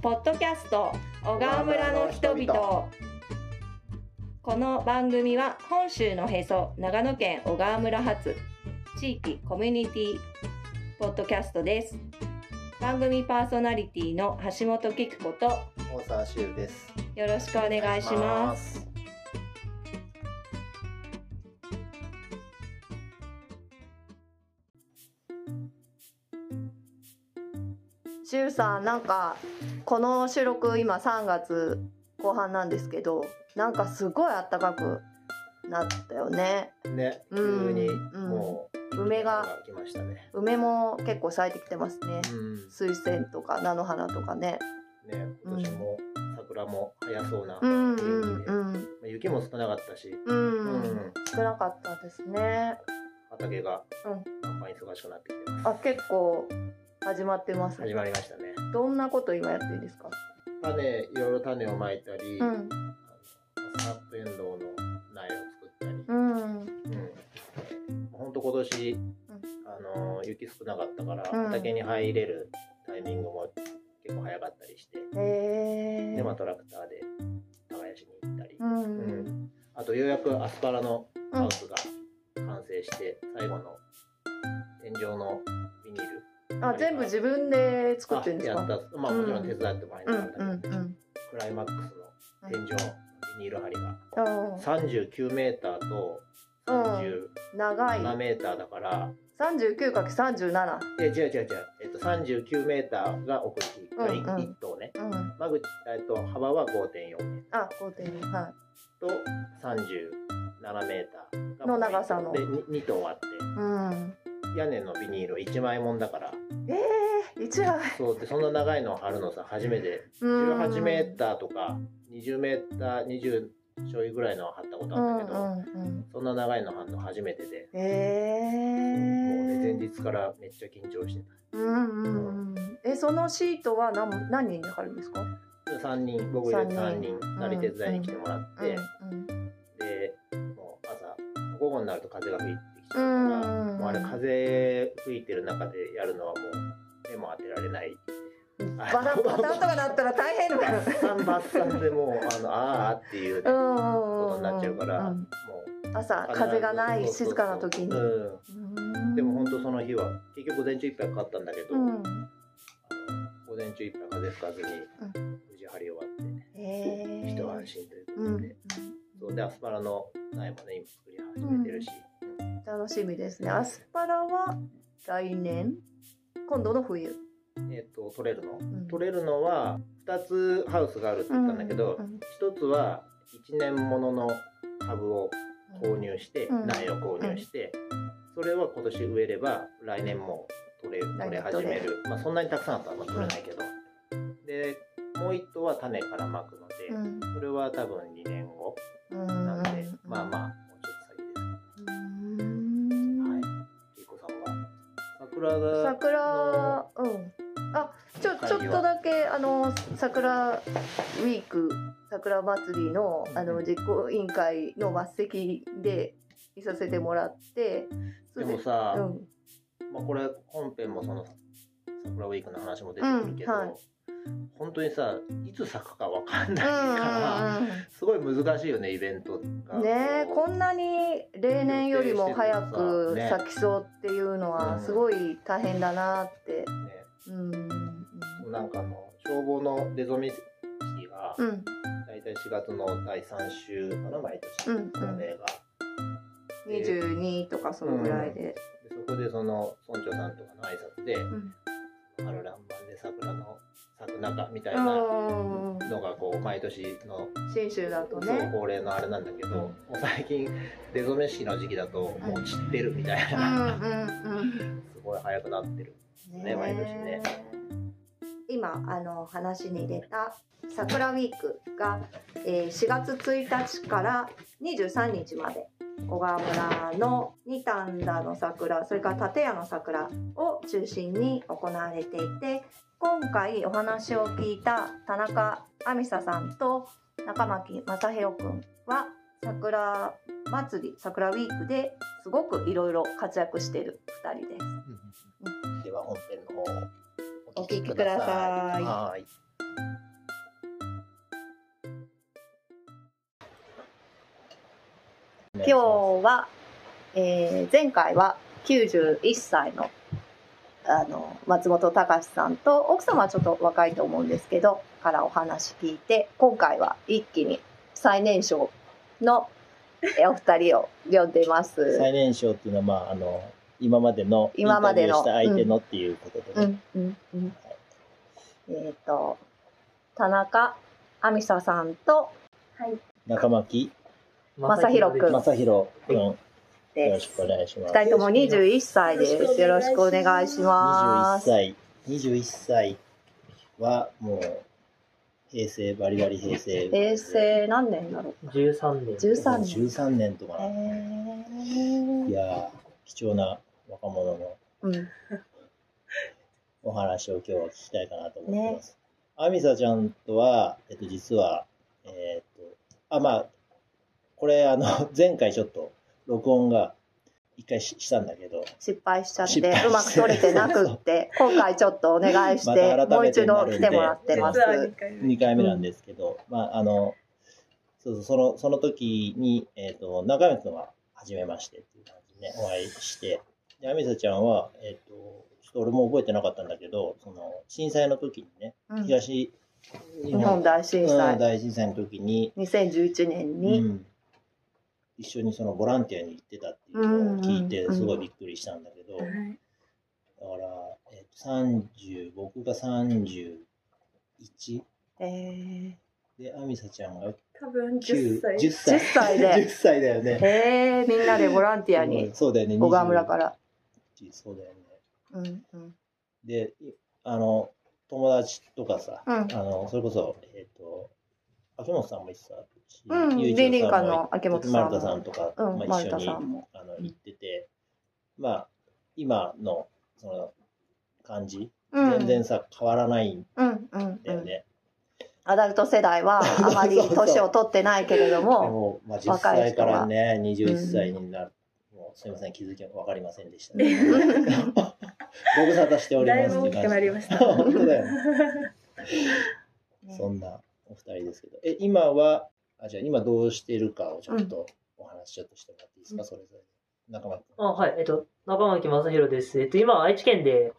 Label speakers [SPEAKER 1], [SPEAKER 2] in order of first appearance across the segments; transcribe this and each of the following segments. [SPEAKER 1] ポッドキャスト小川村の人々この番組は本州のへそ長野県小川村発地域コミュニティポッドキャストです番組パーソナリティの橋本喜久子と
[SPEAKER 2] 大沢修です。
[SPEAKER 1] よろしくお願いし
[SPEAKER 2] お願
[SPEAKER 1] ま
[SPEAKER 2] いしますす。
[SPEAKER 1] しゅうさんなんかこの収録今3月後半なんですけどなんかすごいあったかくなったよね
[SPEAKER 2] ね、
[SPEAKER 1] うん
[SPEAKER 2] 急に
[SPEAKER 1] うん
[SPEAKER 2] もう
[SPEAKER 1] 梅が
[SPEAKER 2] 来ましたね。
[SPEAKER 1] 梅も結構咲いてきてますね
[SPEAKER 2] うん、
[SPEAKER 1] 水仙とか菜の花とかね
[SPEAKER 2] ね、今年も桜も早そうな、
[SPEAKER 1] う
[SPEAKER 2] ま
[SPEAKER 1] んうんうん
[SPEAKER 2] あ雪も少なかったし、
[SPEAKER 1] うん、
[SPEAKER 2] うん
[SPEAKER 1] 少なかったですね
[SPEAKER 2] 畑が
[SPEAKER 1] うん
[SPEAKER 2] バンバン忙しくなってきてます。
[SPEAKER 1] あ結構始まってます
[SPEAKER 2] 始
[SPEAKER 1] ね
[SPEAKER 2] まりましたね。
[SPEAKER 1] どんなこと今やってるんですか
[SPEAKER 2] 種いろいろ種をまいたり、
[SPEAKER 1] う
[SPEAKER 2] あの
[SPEAKER 1] ん
[SPEAKER 2] スナップエンドウの苗を作ったり、
[SPEAKER 1] うん
[SPEAKER 2] うん、本当今年、あの雪少なかったから
[SPEAKER 1] うん
[SPEAKER 2] 畑に入れるタイミングも結構早かったりして、
[SPEAKER 1] え
[SPEAKER 2] でまあ
[SPEAKER 1] ー、
[SPEAKER 2] トラクターで耕しに行ったり、
[SPEAKER 1] うんう
[SPEAKER 2] うんんあとようやくアスパラの
[SPEAKER 1] う
[SPEAKER 2] ハ
[SPEAKER 1] ん
[SPEAKER 2] ウスが完成して、最後の天井のビニール
[SPEAKER 1] あ全部自分で作ってるんです
[SPEAKER 2] あや
[SPEAKER 1] か
[SPEAKER 2] ったまあもちろん手伝ってもらい
[SPEAKER 1] うん
[SPEAKER 2] な
[SPEAKER 1] う
[SPEAKER 2] がらだけど、
[SPEAKER 1] んうん
[SPEAKER 2] クライマックスの天井のビニール張りが
[SPEAKER 1] うん
[SPEAKER 2] 39メーターと37
[SPEAKER 1] 長い
[SPEAKER 2] メーターだから、
[SPEAKER 1] 39かけ37
[SPEAKER 2] え違う違う違う、えっと、39メーターが奥行き、
[SPEAKER 1] うんうん
[SPEAKER 2] 1, 棟ね
[SPEAKER 1] うん
[SPEAKER 2] 間口、えっと、幅は5.4メー
[SPEAKER 1] あ5.2は
[SPEAKER 2] ターと37メーターが
[SPEAKER 1] の長さの
[SPEAKER 2] で 2, 棟あって
[SPEAKER 1] いうん
[SPEAKER 2] 屋根のビニールを1枚もんだから
[SPEAKER 1] ええー、一 番
[SPEAKER 2] そうでそんな長いのを張るのさ初めて
[SPEAKER 1] うん
[SPEAKER 2] 18メーターとか20メーター20ちょいぐらいのは張ったこと
[SPEAKER 1] う
[SPEAKER 2] あ
[SPEAKER 1] ん
[SPEAKER 2] ったけ
[SPEAKER 1] う
[SPEAKER 2] ど、
[SPEAKER 1] んうん
[SPEAKER 2] そんな長いの張るの初めてで、
[SPEAKER 1] ええ
[SPEAKER 2] もうね前日からめっちゃ緊張してた。
[SPEAKER 1] うんうんうんえそのシートは何何人で貼るんですか
[SPEAKER 2] 3人僕入れて3
[SPEAKER 1] 三人
[SPEAKER 2] 人2人手伝いに来てもらって、
[SPEAKER 1] うん
[SPEAKER 2] でもう朝午後になると風が吹いてきちゃ
[SPEAKER 1] う
[SPEAKER 2] うから、
[SPEAKER 1] ん
[SPEAKER 2] もうあれ風吹いてる中でやるのはもう目も当てられない
[SPEAKER 1] バタバタとかなったら大変だ
[SPEAKER 2] バッサンバッサンでもうあのあーあっていう、も
[SPEAKER 1] こと
[SPEAKER 2] になっちゃうから
[SPEAKER 1] ん、
[SPEAKER 2] う
[SPEAKER 1] うん、朝風がない
[SPEAKER 2] そうそう
[SPEAKER 1] 静かな時に
[SPEAKER 2] そううん
[SPEAKER 1] うん
[SPEAKER 2] でも本当その日は結局午前中いっぱいかかったんだけど、
[SPEAKER 1] うん
[SPEAKER 2] あの午前中いっぱい風吹かずに無事張り終わって、
[SPEAKER 1] えー
[SPEAKER 2] 一安心というこ
[SPEAKER 1] う
[SPEAKER 2] と
[SPEAKER 1] ん
[SPEAKER 2] で、そうでアスパラの苗もね今作り始めてるし、
[SPEAKER 1] 楽しみですね。アスパラは来年今度の冬、
[SPEAKER 2] えっと取れるの
[SPEAKER 1] うん
[SPEAKER 2] 取れるのは2つハウスがあるって言ったんだけど、
[SPEAKER 1] うんうん
[SPEAKER 2] 1つは1年ものの株を購入して、
[SPEAKER 1] うん
[SPEAKER 2] 苗を購入して、それは今年植えれば来年も取れ取れ
[SPEAKER 1] 来年
[SPEAKER 2] 始
[SPEAKER 1] 取れ
[SPEAKER 2] める、まあ、そんなにたくさんあったらまあ取れないけど、でもう1頭は種からまくので、
[SPEAKER 1] うん
[SPEAKER 2] それは多分2年後
[SPEAKER 1] うん
[SPEAKER 2] なんで、まあ
[SPEAKER 1] あ。
[SPEAKER 2] まあもうちょっと先です
[SPEAKER 1] うん
[SPEAKER 2] はい。ゆうこさんは桜が
[SPEAKER 1] 桜、うん。あ、ちょちょっとだけあの桜ウィーク桜祭りのあ
[SPEAKER 2] うんう
[SPEAKER 1] の
[SPEAKER 2] ん
[SPEAKER 1] 実行委員会の末席でいさせてもらって、それ
[SPEAKER 2] で
[SPEAKER 1] で
[SPEAKER 2] もさ、
[SPEAKER 1] うん
[SPEAKER 2] まあ、これ本編もその桜ウィークの話も出てくるけど、
[SPEAKER 1] うんはい
[SPEAKER 2] 本当にさいつ咲くかわかんないから、
[SPEAKER 1] うんうんうん。
[SPEAKER 2] すごい難しいよねイベントが。
[SPEAKER 1] ねえ
[SPEAKER 2] こ
[SPEAKER 1] こんなに例年よりも早く咲きそうっていうのは
[SPEAKER 2] ね
[SPEAKER 1] すごい大変だなって。
[SPEAKER 2] う
[SPEAKER 1] うんうん
[SPEAKER 2] ね、なんかあの消防の出初め式が、
[SPEAKER 1] うん
[SPEAKER 2] だいたい4月の第3週かな毎年
[SPEAKER 1] うんうん
[SPEAKER 2] 恒例が、で
[SPEAKER 1] 22とかそのぐらいで。
[SPEAKER 2] でそこでその村長さんとかの挨拶で
[SPEAKER 1] うん
[SPEAKER 2] 「あの乱番で桜の咲く中」みたいな
[SPEAKER 1] うん
[SPEAKER 2] のがこう毎年の
[SPEAKER 1] 信州だと
[SPEAKER 2] そう
[SPEAKER 1] ね。
[SPEAKER 2] 恒例のあれなんだけど、もう最近出初め式の時期だともう散ってるみたいうな、
[SPEAKER 1] んうん
[SPEAKER 2] すごい早くなってる
[SPEAKER 1] うん。
[SPEAKER 2] ね毎年ね。
[SPEAKER 1] 今あの話に出た桜ウィークが、えー4月1日から23日まで小川村の二反田の桜それから立屋の桜を中心に行われていて今回お話を聞いた田中亜美沙さんと中巻正宏くんは桜祭り桜ウィークですごくいろいろ活躍している2人です。
[SPEAKER 2] では本編の方を
[SPEAKER 1] お聞きください
[SPEAKER 2] はーい願
[SPEAKER 1] 今
[SPEAKER 2] いし
[SPEAKER 1] 日
[SPEAKER 2] ま
[SPEAKER 1] は、えー前回は91歳のあの松本隆さんと奥様はちょっと若いと思うんですけどからお話聞いて今回は一気に最年少のえーお二人を呼んでますす。
[SPEAKER 2] 最年少っていうのはまああの今までの
[SPEAKER 1] 今までの
[SPEAKER 2] インタビューした相手のっていうこと
[SPEAKER 1] う
[SPEAKER 2] でね、
[SPEAKER 1] んうんうん、えっ、と田中亜美沙さんと
[SPEAKER 2] 中巻
[SPEAKER 1] 正弘君
[SPEAKER 2] 正弘君よ
[SPEAKER 1] で
[SPEAKER 2] ろし
[SPEAKER 1] す
[SPEAKER 2] くお願いします
[SPEAKER 1] 二人とも21歳です。よろしくお願いしま
[SPEAKER 2] 21
[SPEAKER 1] す。
[SPEAKER 2] 歳21歳はもう平成バリバリ平成
[SPEAKER 1] 平成何年だろう
[SPEAKER 3] 13年
[SPEAKER 1] 13年
[SPEAKER 2] 13年とか
[SPEAKER 1] え
[SPEAKER 2] な、いやー貴重な若者の
[SPEAKER 1] うん、
[SPEAKER 2] お話を今日は聞きたいかなと思ってます。あみさちゃんとは、えっと、実は、えーっと、あ、まあ、これ、あの、 前回ちょっと、録音が一回ししたんだけど、
[SPEAKER 1] 失敗しちゃって
[SPEAKER 2] 失敗して
[SPEAKER 1] うまく取れてなくって今回ちょっとお願いして
[SPEAKER 2] また
[SPEAKER 1] もう
[SPEAKER 2] 改め
[SPEAKER 1] 一
[SPEAKER 2] てにな
[SPEAKER 1] 度
[SPEAKER 2] るんで
[SPEAKER 1] 来てもらってます
[SPEAKER 2] 実。2回目なんですけど、まあ、あの、そうそう、その、その時に、えーっと、中山くんは、初めましてっていう感じでね、お会いして、で、あみさちゃんは、えーっと、ちょっと俺も覚えてなかったんだけど、その、震災の時にね、
[SPEAKER 1] うん日
[SPEAKER 2] 東日
[SPEAKER 1] 本大震
[SPEAKER 2] うん
[SPEAKER 1] 災
[SPEAKER 2] 大震災の時に、
[SPEAKER 1] 2011年
[SPEAKER 2] う
[SPEAKER 1] に、
[SPEAKER 2] ん、一緒にそのボランティアに行ってたっていうのを聞いて
[SPEAKER 1] うんうん
[SPEAKER 2] すごいびっくりしたんだけど、だから、えっと30僕が31
[SPEAKER 1] え
[SPEAKER 2] であみさちゃんが
[SPEAKER 4] 多分
[SPEAKER 2] 9
[SPEAKER 4] 10
[SPEAKER 2] 10
[SPEAKER 4] 歳。
[SPEAKER 1] 10歳
[SPEAKER 2] 歳
[SPEAKER 1] で
[SPEAKER 2] 10歳だよ
[SPEAKER 1] ー
[SPEAKER 2] ね
[SPEAKER 1] えーみんなでボランティア
[SPEAKER 2] う
[SPEAKER 1] に
[SPEAKER 2] んそうだよね
[SPEAKER 1] 小川村から。
[SPEAKER 2] 21そうだよね
[SPEAKER 1] うんうん
[SPEAKER 2] でいあの友達とかさ、
[SPEAKER 1] うん
[SPEAKER 2] あのそれこそえっ、と秋元さんも行ってたし
[SPEAKER 1] うん
[SPEAKER 2] 雄一郎
[SPEAKER 1] リンリン
[SPEAKER 2] さ
[SPEAKER 1] 館
[SPEAKER 2] んも行っ
[SPEAKER 1] の秋元さん
[SPEAKER 2] 丸田さんとか、
[SPEAKER 1] うん
[SPEAKER 2] まあ、
[SPEAKER 1] 丸
[SPEAKER 2] 一緒
[SPEAKER 1] 田
[SPEAKER 2] に
[SPEAKER 1] さんも。
[SPEAKER 2] あの
[SPEAKER 1] うん
[SPEAKER 2] 行ってて、まあ今のその感じ、
[SPEAKER 1] うん
[SPEAKER 2] 全然さ変わらないん
[SPEAKER 1] うんうん
[SPEAKER 2] だ
[SPEAKER 1] う
[SPEAKER 2] よ
[SPEAKER 1] ん、
[SPEAKER 2] ね、
[SPEAKER 1] アダルト世代はあまり年を取ってないけれど
[SPEAKER 2] で
[SPEAKER 1] も
[SPEAKER 2] も、まあ、10
[SPEAKER 1] 若い人は
[SPEAKER 2] 歳からね21歳になる、もうすいません気づきは分かりませんでし た、ね、ご無沙汰しております
[SPEAKER 4] だいぶ大きくなりまし た。
[SPEAKER 2] 本当だ よ、
[SPEAKER 1] ね
[SPEAKER 2] そんなお二人ですけどえ今はあじゃあ今どうしてるかをちょっとお話ちょっとしてもらっていいですか、
[SPEAKER 1] うん
[SPEAKER 2] それぞれ仲間
[SPEAKER 3] あはいえっと中巻正弘ですえっと今愛知県で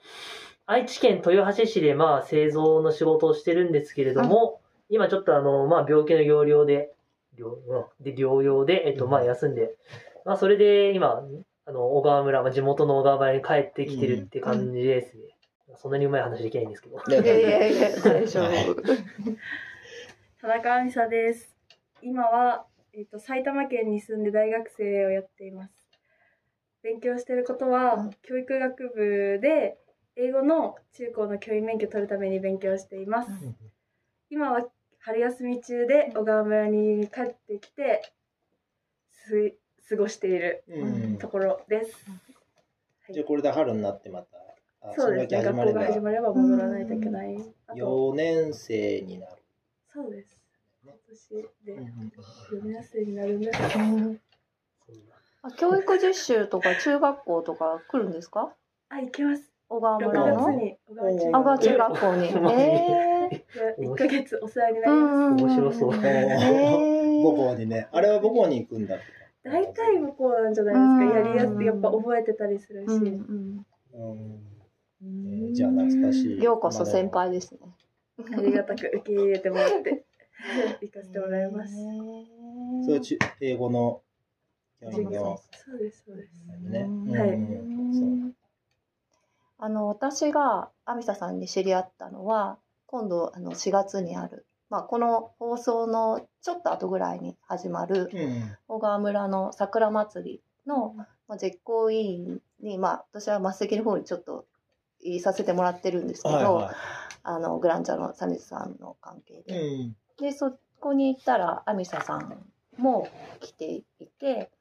[SPEAKER 3] 愛知県豊橋市でまあ製造の仕事をしてるんですけれども、今ちょっとあのまあ病気の療養で療うんで療養でえっとまあ休んで、まあそれで今あの小川村、まあ、地元の小川村に帰ってきてるって感じですね、そんなにうまい話できないんですけど
[SPEAKER 1] いやいやいや大丈夫。
[SPEAKER 4] 田中亜美沙です。今は、えっと埼玉県に住んで大学生をやっています。勉強してることは、
[SPEAKER 1] うん
[SPEAKER 4] 教育学部で英語の中高の教員免許取るために勉強しています。
[SPEAKER 2] ん
[SPEAKER 4] 今は春休み中で小川村に帰ってきてす過ごしている
[SPEAKER 2] うん
[SPEAKER 4] ところです。
[SPEAKER 2] じゃあこれで春になってまたあ
[SPEAKER 4] そうですね。
[SPEAKER 2] その
[SPEAKER 4] 学
[SPEAKER 2] 時
[SPEAKER 4] 校が始まれば戻らないといけない。あと
[SPEAKER 2] 4年生になる。
[SPEAKER 4] そうです。今年で
[SPEAKER 2] う
[SPEAKER 4] 4年生になるんです。
[SPEAKER 1] あ教育実習とか中学校とか来るんですか
[SPEAKER 4] あ、行きます。
[SPEAKER 1] 小川
[SPEAKER 4] 6
[SPEAKER 1] 村
[SPEAKER 4] 月
[SPEAKER 1] の
[SPEAKER 4] に小川中
[SPEAKER 1] 小川中
[SPEAKER 4] 学
[SPEAKER 1] 学校に。えー
[SPEAKER 4] 1ヶ月お世話にな
[SPEAKER 1] う
[SPEAKER 4] り
[SPEAKER 1] ん
[SPEAKER 4] ま
[SPEAKER 1] うんうん、
[SPEAKER 3] 面白そう
[SPEAKER 1] え
[SPEAKER 2] ん母
[SPEAKER 1] ー、
[SPEAKER 2] 校にね、あれは母校に行くんだって。
[SPEAKER 4] す。大体向こうなんじゃないですか。
[SPEAKER 1] うん
[SPEAKER 4] やりやすくやっぱ覚えてたりするし。
[SPEAKER 1] うんう
[SPEAKER 2] うんん。じゃあ懐かしい。
[SPEAKER 1] ようこそ先輩ですね。
[SPEAKER 4] ありがたく受け入れてもらって、 行かせてもらいます。
[SPEAKER 1] えー
[SPEAKER 2] そうち英語の教
[SPEAKER 4] 地
[SPEAKER 2] 員
[SPEAKER 4] 元
[SPEAKER 2] の
[SPEAKER 4] そうです、そうです。
[SPEAKER 2] ね。
[SPEAKER 1] うん
[SPEAKER 2] うん
[SPEAKER 4] はい
[SPEAKER 2] うんそう
[SPEAKER 1] あの私がアミサさんに知り合ったのは今度あの4月にある、まあ、この放送のちょっと後ぐらいに始まる
[SPEAKER 2] うん
[SPEAKER 1] 小川村の桜祭りの、まあ、絶行委員に、まあ、私は末席の方にちょっといさせてもらってるんですけど、
[SPEAKER 2] はいは
[SPEAKER 1] あのグランチャーのサミズさんの関係
[SPEAKER 2] い。
[SPEAKER 1] で、
[SPEAKER 2] うん。
[SPEAKER 1] でそこに行ったらアミサさんも来ていて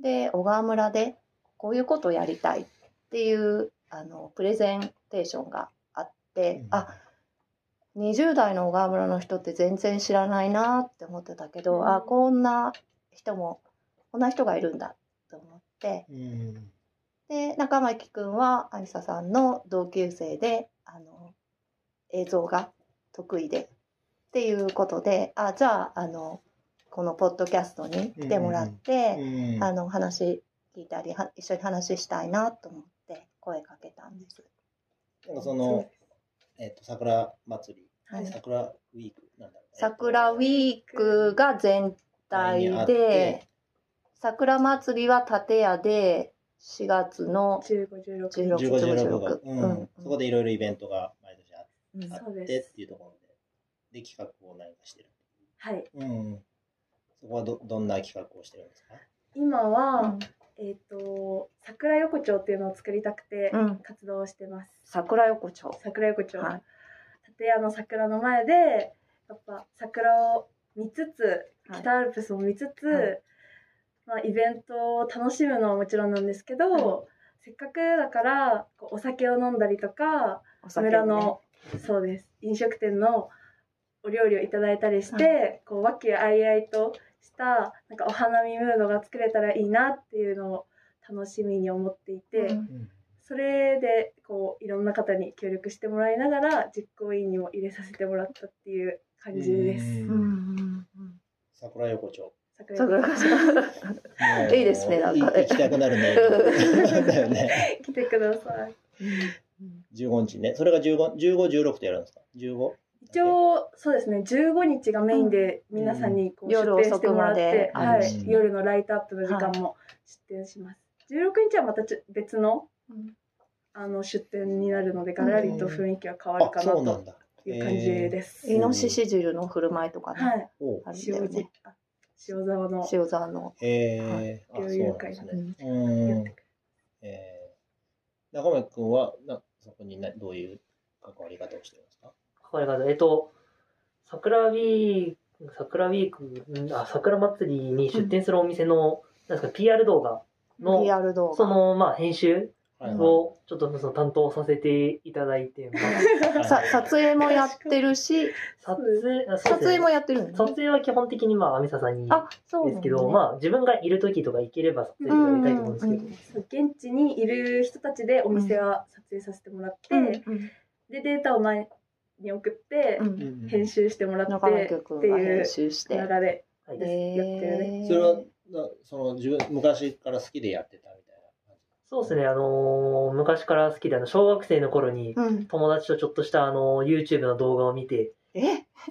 [SPEAKER 1] で小川村でこういうことをやりたいっていうあのプレゼンテーションがあって、あ20代の小川村の人って全然知らないなって思ってたけど、
[SPEAKER 4] うん
[SPEAKER 1] あこんな人もこんな人がいるんだと思って
[SPEAKER 2] うん。
[SPEAKER 1] で中巻くんはありささんの同級生であの映像が得意でっていうことであじゃああのこのポッドキャストに来てもらって、
[SPEAKER 2] うん
[SPEAKER 1] あの話聞いたりは一緒に話したいなと思って声かけたんです。
[SPEAKER 2] なんかその、えっと、桜祭り、
[SPEAKER 1] はい
[SPEAKER 2] 桜ウィークなんだろうね
[SPEAKER 1] 桜ウィークが全体で、桜祭りは建屋で4月の、
[SPEAKER 4] 15、16。
[SPEAKER 1] 16
[SPEAKER 2] 15、16が、
[SPEAKER 1] う
[SPEAKER 2] うんんそこでいろいろイベントが毎年あっ
[SPEAKER 1] うん
[SPEAKER 2] あ
[SPEAKER 4] そ
[SPEAKER 2] っ
[SPEAKER 4] うで
[SPEAKER 2] て
[SPEAKER 4] す
[SPEAKER 2] っていうところで、で、企画を何かしてる。
[SPEAKER 4] はい。
[SPEAKER 2] うん。そこはど、どんな企画をしてるんですか
[SPEAKER 4] 今は、えっ、と、桜横丁っていうのを作りたくて
[SPEAKER 1] うん、
[SPEAKER 4] 活動をしてます。
[SPEAKER 1] 桜横丁。
[SPEAKER 4] 桜横丁。
[SPEAKER 1] はい
[SPEAKER 4] 建屋の桜の前で、やっぱ桜を見つつ、
[SPEAKER 1] はい
[SPEAKER 4] 北アルプスも見つつ、
[SPEAKER 1] はい
[SPEAKER 4] まあ、イベントを楽しむのはもちろんなんですけど、
[SPEAKER 1] は
[SPEAKER 4] せっかくだからこうお酒を飲んだりとか、
[SPEAKER 1] お酒をね
[SPEAKER 4] 村のそうです飲食店のお料理をいただいたりして、こう和気あいあいとしたなんかお花見ムードが作れたらいいなっていうのを楽しみに思っていて、
[SPEAKER 1] うん
[SPEAKER 4] それでこういろんな方に協力してもらいながら実行委員にも入れさせてもらったっていう感じです。
[SPEAKER 1] う
[SPEAKER 2] うん
[SPEAKER 1] んうんうん
[SPEAKER 2] 桜横丁。
[SPEAKER 4] 桜
[SPEAKER 1] 桜
[SPEAKER 4] 井
[SPEAKER 1] 横丁。
[SPEAKER 2] もう
[SPEAKER 1] いいですねなんか
[SPEAKER 2] い行きたくなるね。
[SPEAKER 1] うん
[SPEAKER 2] だよね。
[SPEAKER 4] 来てください。
[SPEAKER 2] 15日ね。それが15、15、16とやるんですか ?15?
[SPEAKER 4] 一応そうですね15日がメインで
[SPEAKER 2] うん
[SPEAKER 4] 皆さんにこう出
[SPEAKER 1] 夜
[SPEAKER 4] 店してもらっ
[SPEAKER 1] 遅
[SPEAKER 4] て、
[SPEAKER 1] く
[SPEAKER 2] まで
[SPEAKER 4] は
[SPEAKER 2] う
[SPEAKER 4] い、
[SPEAKER 2] ん
[SPEAKER 4] 夜のライトアップの時間も出店します、16日はまたちょ別のあの出店になるのでガラリと雰囲気は変わる
[SPEAKER 2] あ、
[SPEAKER 4] かな
[SPEAKER 2] そうな
[SPEAKER 4] と
[SPEAKER 2] んだ。
[SPEAKER 4] いう感じです、
[SPEAKER 2] えー
[SPEAKER 1] イノシシ汁の振る舞いとかね、
[SPEAKER 4] はい
[SPEAKER 2] おう
[SPEAKER 1] あるんだよ
[SPEAKER 4] 塩
[SPEAKER 1] ね
[SPEAKER 4] 尻。あ塩沢 の
[SPEAKER 1] 塩沢の。
[SPEAKER 2] えー、あ、
[SPEAKER 4] はい
[SPEAKER 2] そうなんですね。
[SPEAKER 4] や
[SPEAKER 2] う
[SPEAKER 4] っ
[SPEAKER 2] ん
[SPEAKER 4] て。く
[SPEAKER 2] えー、中村君はなそこになどういう関わり方をしてるんですか
[SPEAKER 3] これが、えっと、桜ウィーク、桜ウィーク、んあ、桜祭りに出店するお店の、なんですか、PR 動画の、
[SPEAKER 1] PR 動
[SPEAKER 3] そ
[SPEAKER 1] 画。
[SPEAKER 3] の、まあ、編集
[SPEAKER 2] はいは
[SPEAKER 3] を、ちょっとその担当させていただいて、まあ
[SPEAKER 2] い
[SPEAKER 1] さ撮影もやってるし、
[SPEAKER 3] 撮影、あそう
[SPEAKER 1] 撮
[SPEAKER 3] ですね
[SPEAKER 1] 影もやってるの
[SPEAKER 3] 撮
[SPEAKER 1] ね。
[SPEAKER 3] 影は基本的に、まあ、アミサさんに
[SPEAKER 1] あ、そう
[SPEAKER 3] で
[SPEAKER 1] なん
[SPEAKER 3] す
[SPEAKER 1] だね
[SPEAKER 3] けど、まあ、自分がいる時とか行ければ撮影とかやりたいと思うんですけど、
[SPEAKER 1] うんうん
[SPEAKER 4] そう現地にいる人たちでお店は撮影させてもらって、
[SPEAKER 1] うん
[SPEAKER 4] でデータを前に送って
[SPEAKER 1] うんうん
[SPEAKER 2] うん
[SPEAKER 4] 編集してもらっ
[SPEAKER 1] 中野
[SPEAKER 4] て
[SPEAKER 1] 局
[SPEAKER 4] って
[SPEAKER 1] が
[SPEAKER 4] い
[SPEAKER 1] 編
[SPEAKER 4] う
[SPEAKER 1] 集し
[SPEAKER 4] 流
[SPEAKER 1] て。
[SPEAKER 4] れ
[SPEAKER 3] はい
[SPEAKER 4] で
[SPEAKER 1] へ
[SPEAKER 4] すやってるね
[SPEAKER 1] ー
[SPEAKER 2] それはなその自分昔から好きでやってたみたいな感じ
[SPEAKER 3] そうですね、あのー昔から好きで、あの、小学生の頃に、
[SPEAKER 1] うん、
[SPEAKER 3] 友達とちょっとした、あのー YouTube の動画を見て、
[SPEAKER 1] え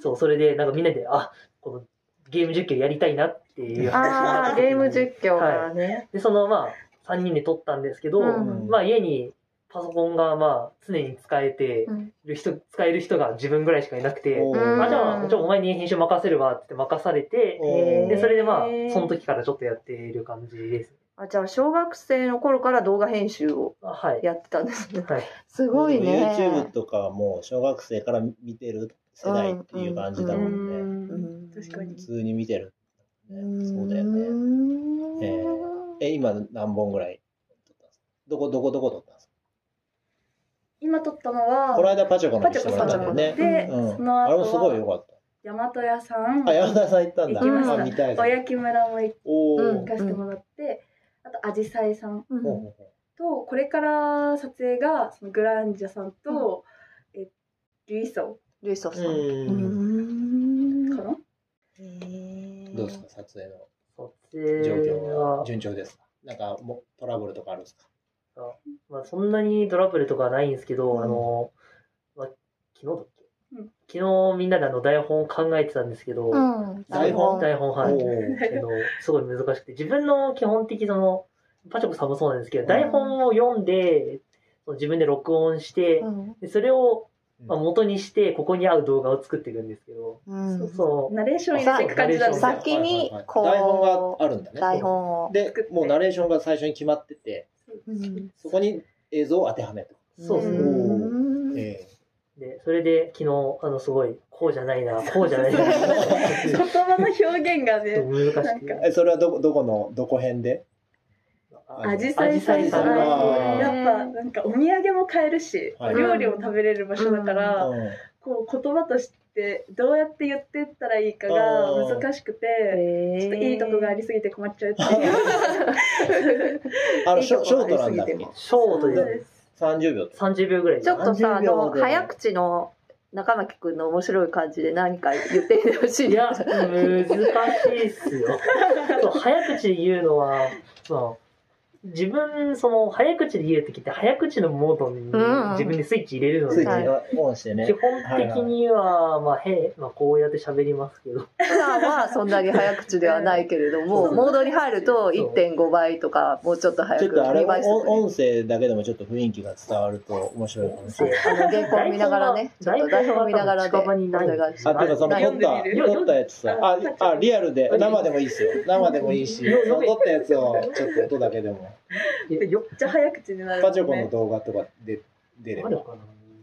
[SPEAKER 3] そう、それで、なんかみんなで、あ、このゲーム実況やりたいなっていう話にな
[SPEAKER 1] あ
[SPEAKER 3] っ
[SPEAKER 1] あ、
[SPEAKER 3] て
[SPEAKER 1] ゲーム実況からね。
[SPEAKER 3] で、その、まあ、3人で撮ったんですけど、
[SPEAKER 1] うん
[SPEAKER 3] まあ、家にパソコンが、まあ、常に使えて
[SPEAKER 1] うん
[SPEAKER 3] る人、使える人が自分ぐらいしかいなくて、
[SPEAKER 2] おー
[SPEAKER 1] うん
[SPEAKER 3] あ、じゃあ、ちょ、お前に編集任せるわって言って任されて、
[SPEAKER 2] おー
[SPEAKER 3] で、それでまあ
[SPEAKER 1] へー、
[SPEAKER 3] その時からちょっとやっている感じです。
[SPEAKER 1] あじゃあ、小学生の頃から動画編集を
[SPEAKER 3] あはい。
[SPEAKER 1] やってたんですね。
[SPEAKER 3] はい。
[SPEAKER 1] すごい
[SPEAKER 2] でも YouTube
[SPEAKER 1] ね。
[SPEAKER 2] とかはもう小学生から見てる世代っていう感じだ
[SPEAKER 4] う
[SPEAKER 2] もんね、
[SPEAKER 4] ん
[SPEAKER 1] ん
[SPEAKER 4] 確かに
[SPEAKER 2] 普通に見てる、ね
[SPEAKER 1] ん
[SPEAKER 2] そうだよねええ今何本ぐらい撮ったんですかどこどこどこ撮ったんです
[SPEAKER 4] 今撮ったの
[SPEAKER 2] かこの
[SPEAKER 4] は
[SPEAKER 2] 間パチョコの
[SPEAKER 4] パ
[SPEAKER 2] 見
[SPEAKER 4] チ
[SPEAKER 2] せ
[SPEAKER 4] ョ
[SPEAKER 2] て
[SPEAKER 4] コ
[SPEAKER 2] も
[SPEAKER 4] さ
[SPEAKER 2] ら
[SPEAKER 4] ん
[SPEAKER 2] ったんだ
[SPEAKER 4] の
[SPEAKER 2] よ
[SPEAKER 4] で
[SPEAKER 2] ね、
[SPEAKER 1] ね
[SPEAKER 2] うん
[SPEAKER 4] その
[SPEAKER 2] あれも
[SPEAKER 4] 後
[SPEAKER 2] すごい良
[SPEAKER 4] は
[SPEAKER 2] かっ
[SPEAKER 4] 大和屋さん
[SPEAKER 2] たあ山田さん行ったんだ
[SPEAKER 4] 行きました
[SPEAKER 2] あ見たい
[SPEAKER 4] おやき村も行
[SPEAKER 2] おお、
[SPEAKER 1] うん
[SPEAKER 4] かしてもらって、あとあじさいさん
[SPEAKER 1] う
[SPEAKER 2] ほうんほうほ
[SPEAKER 4] とこれから撮影がそのグランジャさんと、えルイソ
[SPEAKER 1] ルイソさん。
[SPEAKER 2] う
[SPEAKER 1] うんん
[SPEAKER 4] ーかな、
[SPEAKER 1] へ
[SPEAKER 2] う
[SPEAKER 1] ー
[SPEAKER 2] どうですか撮影の
[SPEAKER 3] 撮
[SPEAKER 2] 状
[SPEAKER 3] 影
[SPEAKER 2] 況
[SPEAKER 3] は
[SPEAKER 2] は、順調ですか、なんかもうトラブルとかあるんですか
[SPEAKER 3] まあ、そんなにトラブルとかはないんですけど、
[SPEAKER 2] うん
[SPEAKER 3] あの、まあ、昨日だっけ、
[SPEAKER 4] うん
[SPEAKER 3] 昨日みんなであの台本考えてたんですけど、
[SPEAKER 1] うん。
[SPEAKER 2] 台本
[SPEAKER 3] 台本はい。
[SPEAKER 2] おお
[SPEAKER 3] あのすごい難しくて、自分の基本的その、パチョコさんもそうなんですけど、台本を読んで、その自分で録音して、
[SPEAKER 1] うん
[SPEAKER 3] でそれを、
[SPEAKER 2] うん
[SPEAKER 3] まあ、元にして、ここに合う動画を作っていくんですけど、
[SPEAKER 1] うん
[SPEAKER 4] そう
[SPEAKER 3] そう、
[SPEAKER 4] ナレーション入れていく感じなんです
[SPEAKER 1] さ
[SPEAKER 4] よ
[SPEAKER 1] 先にこう
[SPEAKER 2] 台本があるんだね
[SPEAKER 1] 台本を。
[SPEAKER 2] でもうナレーションが最初に決まってて
[SPEAKER 1] うん
[SPEAKER 2] そこに映像を当てはめて
[SPEAKER 3] そうですね。
[SPEAKER 1] うん
[SPEAKER 2] え
[SPEAKER 3] で、それで昨日、あの、すごい、こうじゃないな、こうじゃないな、
[SPEAKER 4] 言葉の表現がね
[SPEAKER 3] ちょっと難しく
[SPEAKER 4] なん
[SPEAKER 3] て
[SPEAKER 2] え。それはどこどこのどこ辺で
[SPEAKER 3] あ
[SPEAKER 4] アジサイさん
[SPEAKER 3] 紫陽
[SPEAKER 2] 花
[SPEAKER 4] は
[SPEAKER 1] あー
[SPEAKER 4] やっぱなんかお土産も買えるし、
[SPEAKER 2] はい
[SPEAKER 4] お料理も食べれる場所だから、
[SPEAKER 2] うん
[SPEAKER 4] こう言葉としてどうやって言ってったらいいかが難しくて、ちょっといいとこがありすぎて困っちゃうっていう。
[SPEAKER 2] あの
[SPEAKER 1] いい
[SPEAKER 2] シ
[SPEAKER 1] と
[SPEAKER 2] ョ
[SPEAKER 1] こ
[SPEAKER 2] ショートなんだっ
[SPEAKER 1] あり
[SPEAKER 2] け
[SPEAKER 1] すぎても
[SPEAKER 3] ショート
[SPEAKER 4] そう
[SPEAKER 3] で
[SPEAKER 4] です
[SPEAKER 2] 30秒
[SPEAKER 3] す。30秒ぐらいで
[SPEAKER 1] ちょっとさ、あの
[SPEAKER 2] 30秒、で
[SPEAKER 1] 早口の中巻くんの面白い感じで何か言ってみてほしい
[SPEAKER 3] いや、難しいっすよ。そう早口で言うのは、まあ、自分、その、早口で言うときって、早口のモードに
[SPEAKER 1] んうん
[SPEAKER 3] 自分でスイッチ入れるの
[SPEAKER 2] スイ
[SPEAKER 3] で、
[SPEAKER 2] ッチをオンしてね
[SPEAKER 3] 基。本的には、まあ、へまあ、こうやって喋りますけど、
[SPEAKER 1] 普段はそんなに早口ではないけれども、
[SPEAKER 3] うん
[SPEAKER 1] モードに入ると
[SPEAKER 3] そう
[SPEAKER 1] 1.5倍とかもうちょっと早
[SPEAKER 2] ちょっ
[SPEAKER 1] く
[SPEAKER 2] とあれ、
[SPEAKER 1] 2
[SPEAKER 2] 音
[SPEAKER 1] 倍速に
[SPEAKER 2] 音声だけでもちょっと雰囲気が伝わると面白いかもしれない。
[SPEAKER 1] あの原稿を見ながらねちょっと台本を見ながらで
[SPEAKER 3] 台本は多分近場にない
[SPEAKER 1] お願いし
[SPEAKER 2] あ、
[SPEAKER 1] ま
[SPEAKER 2] てか
[SPEAKER 1] す
[SPEAKER 2] その
[SPEAKER 1] ない
[SPEAKER 2] 撮
[SPEAKER 1] よ
[SPEAKER 2] っ
[SPEAKER 4] ん
[SPEAKER 2] た
[SPEAKER 4] でみ、る
[SPEAKER 2] 撮ったやつさ、あ、あリアルで、生でもいいっすよ。生でもいいし、その撮ったやつをちょっと音だけでも。
[SPEAKER 4] よっちゃ早口になるも
[SPEAKER 2] パ
[SPEAKER 4] ん
[SPEAKER 2] チョコの
[SPEAKER 4] ね。
[SPEAKER 2] 動画とかで出れ
[SPEAKER 3] あ
[SPEAKER 2] ば
[SPEAKER 3] る。か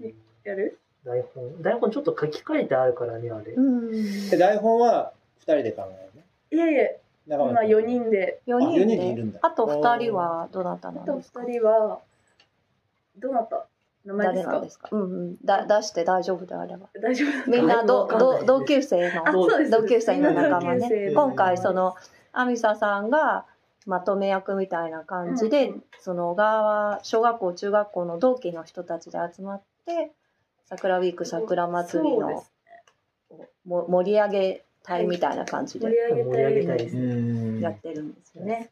[SPEAKER 3] な
[SPEAKER 4] やる
[SPEAKER 3] 台本。台本ちょっと書き換えてあるからね、あれ。
[SPEAKER 1] うん
[SPEAKER 2] で台本は2人で考えるね。
[SPEAKER 4] いえいえ、
[SPEAKER 2] 仲間
[SPEAKER 4] 今
[SPEAKER 2] 君
[SPEAKER 4] 4。人で、
[SPEAKER 1] 4
[SPEAKER 2] あ四
[SPEAKER 1] 人
[SPEAKER 2] 人でい
[SPEAKER 1] で
[SPEAKER 2] るんだ
[SPEAKER 1] あと2人はどなた
[SPEAKER 4] あ
[SPEAKER 1] なん
[SPEAKER 4] と
[SPEAKER 1] ですか
[SPEAKER 4] 2人は、どなた名前
[SPEAKER 1] 誰
[SPEAKER 4] です
[SPEAKER 1] なん
[SPEAKER 4] か
[SPEAKER 1] ですかうんうんだ出して大丈夫であれば
[SPEAKER 4] 大丈夫ですか
[SPEAKER 1] みんなど
[SPEAKER 3] わかんない
[SPEAKER 1] ど同級生の
[SPEAKER 4] あ、そうです。
[SPEAKER 1] 同級生の仲間
[SPEAKER 4] みんな同級
[SPEAKER 1] ね
[SPEAKER 4] 生
[SPEAKER 1] 今回そのアミサさんがまとめ役みたいな感じで、
[SPEAKER 4] うんうん
[SPEAKER 1] その小川小学校中学校の同期の人たちで集まって桜ウィーク桜祭り
[SPEAKER 4] そうで
[SPEAKER 1] の
[SPEAKER 4] す
[SPEAKER 1] も盛り上げ隊みたいな感じ
[SPEAKER 4] 盛り
[SPEAKER 1] で
[SPEAKER 4] 上げたい
[SPEAKER 3] 盛り上げたいです
[SPEAKER 2] う。ん。
[SPEAKER 1] やってるんですよね。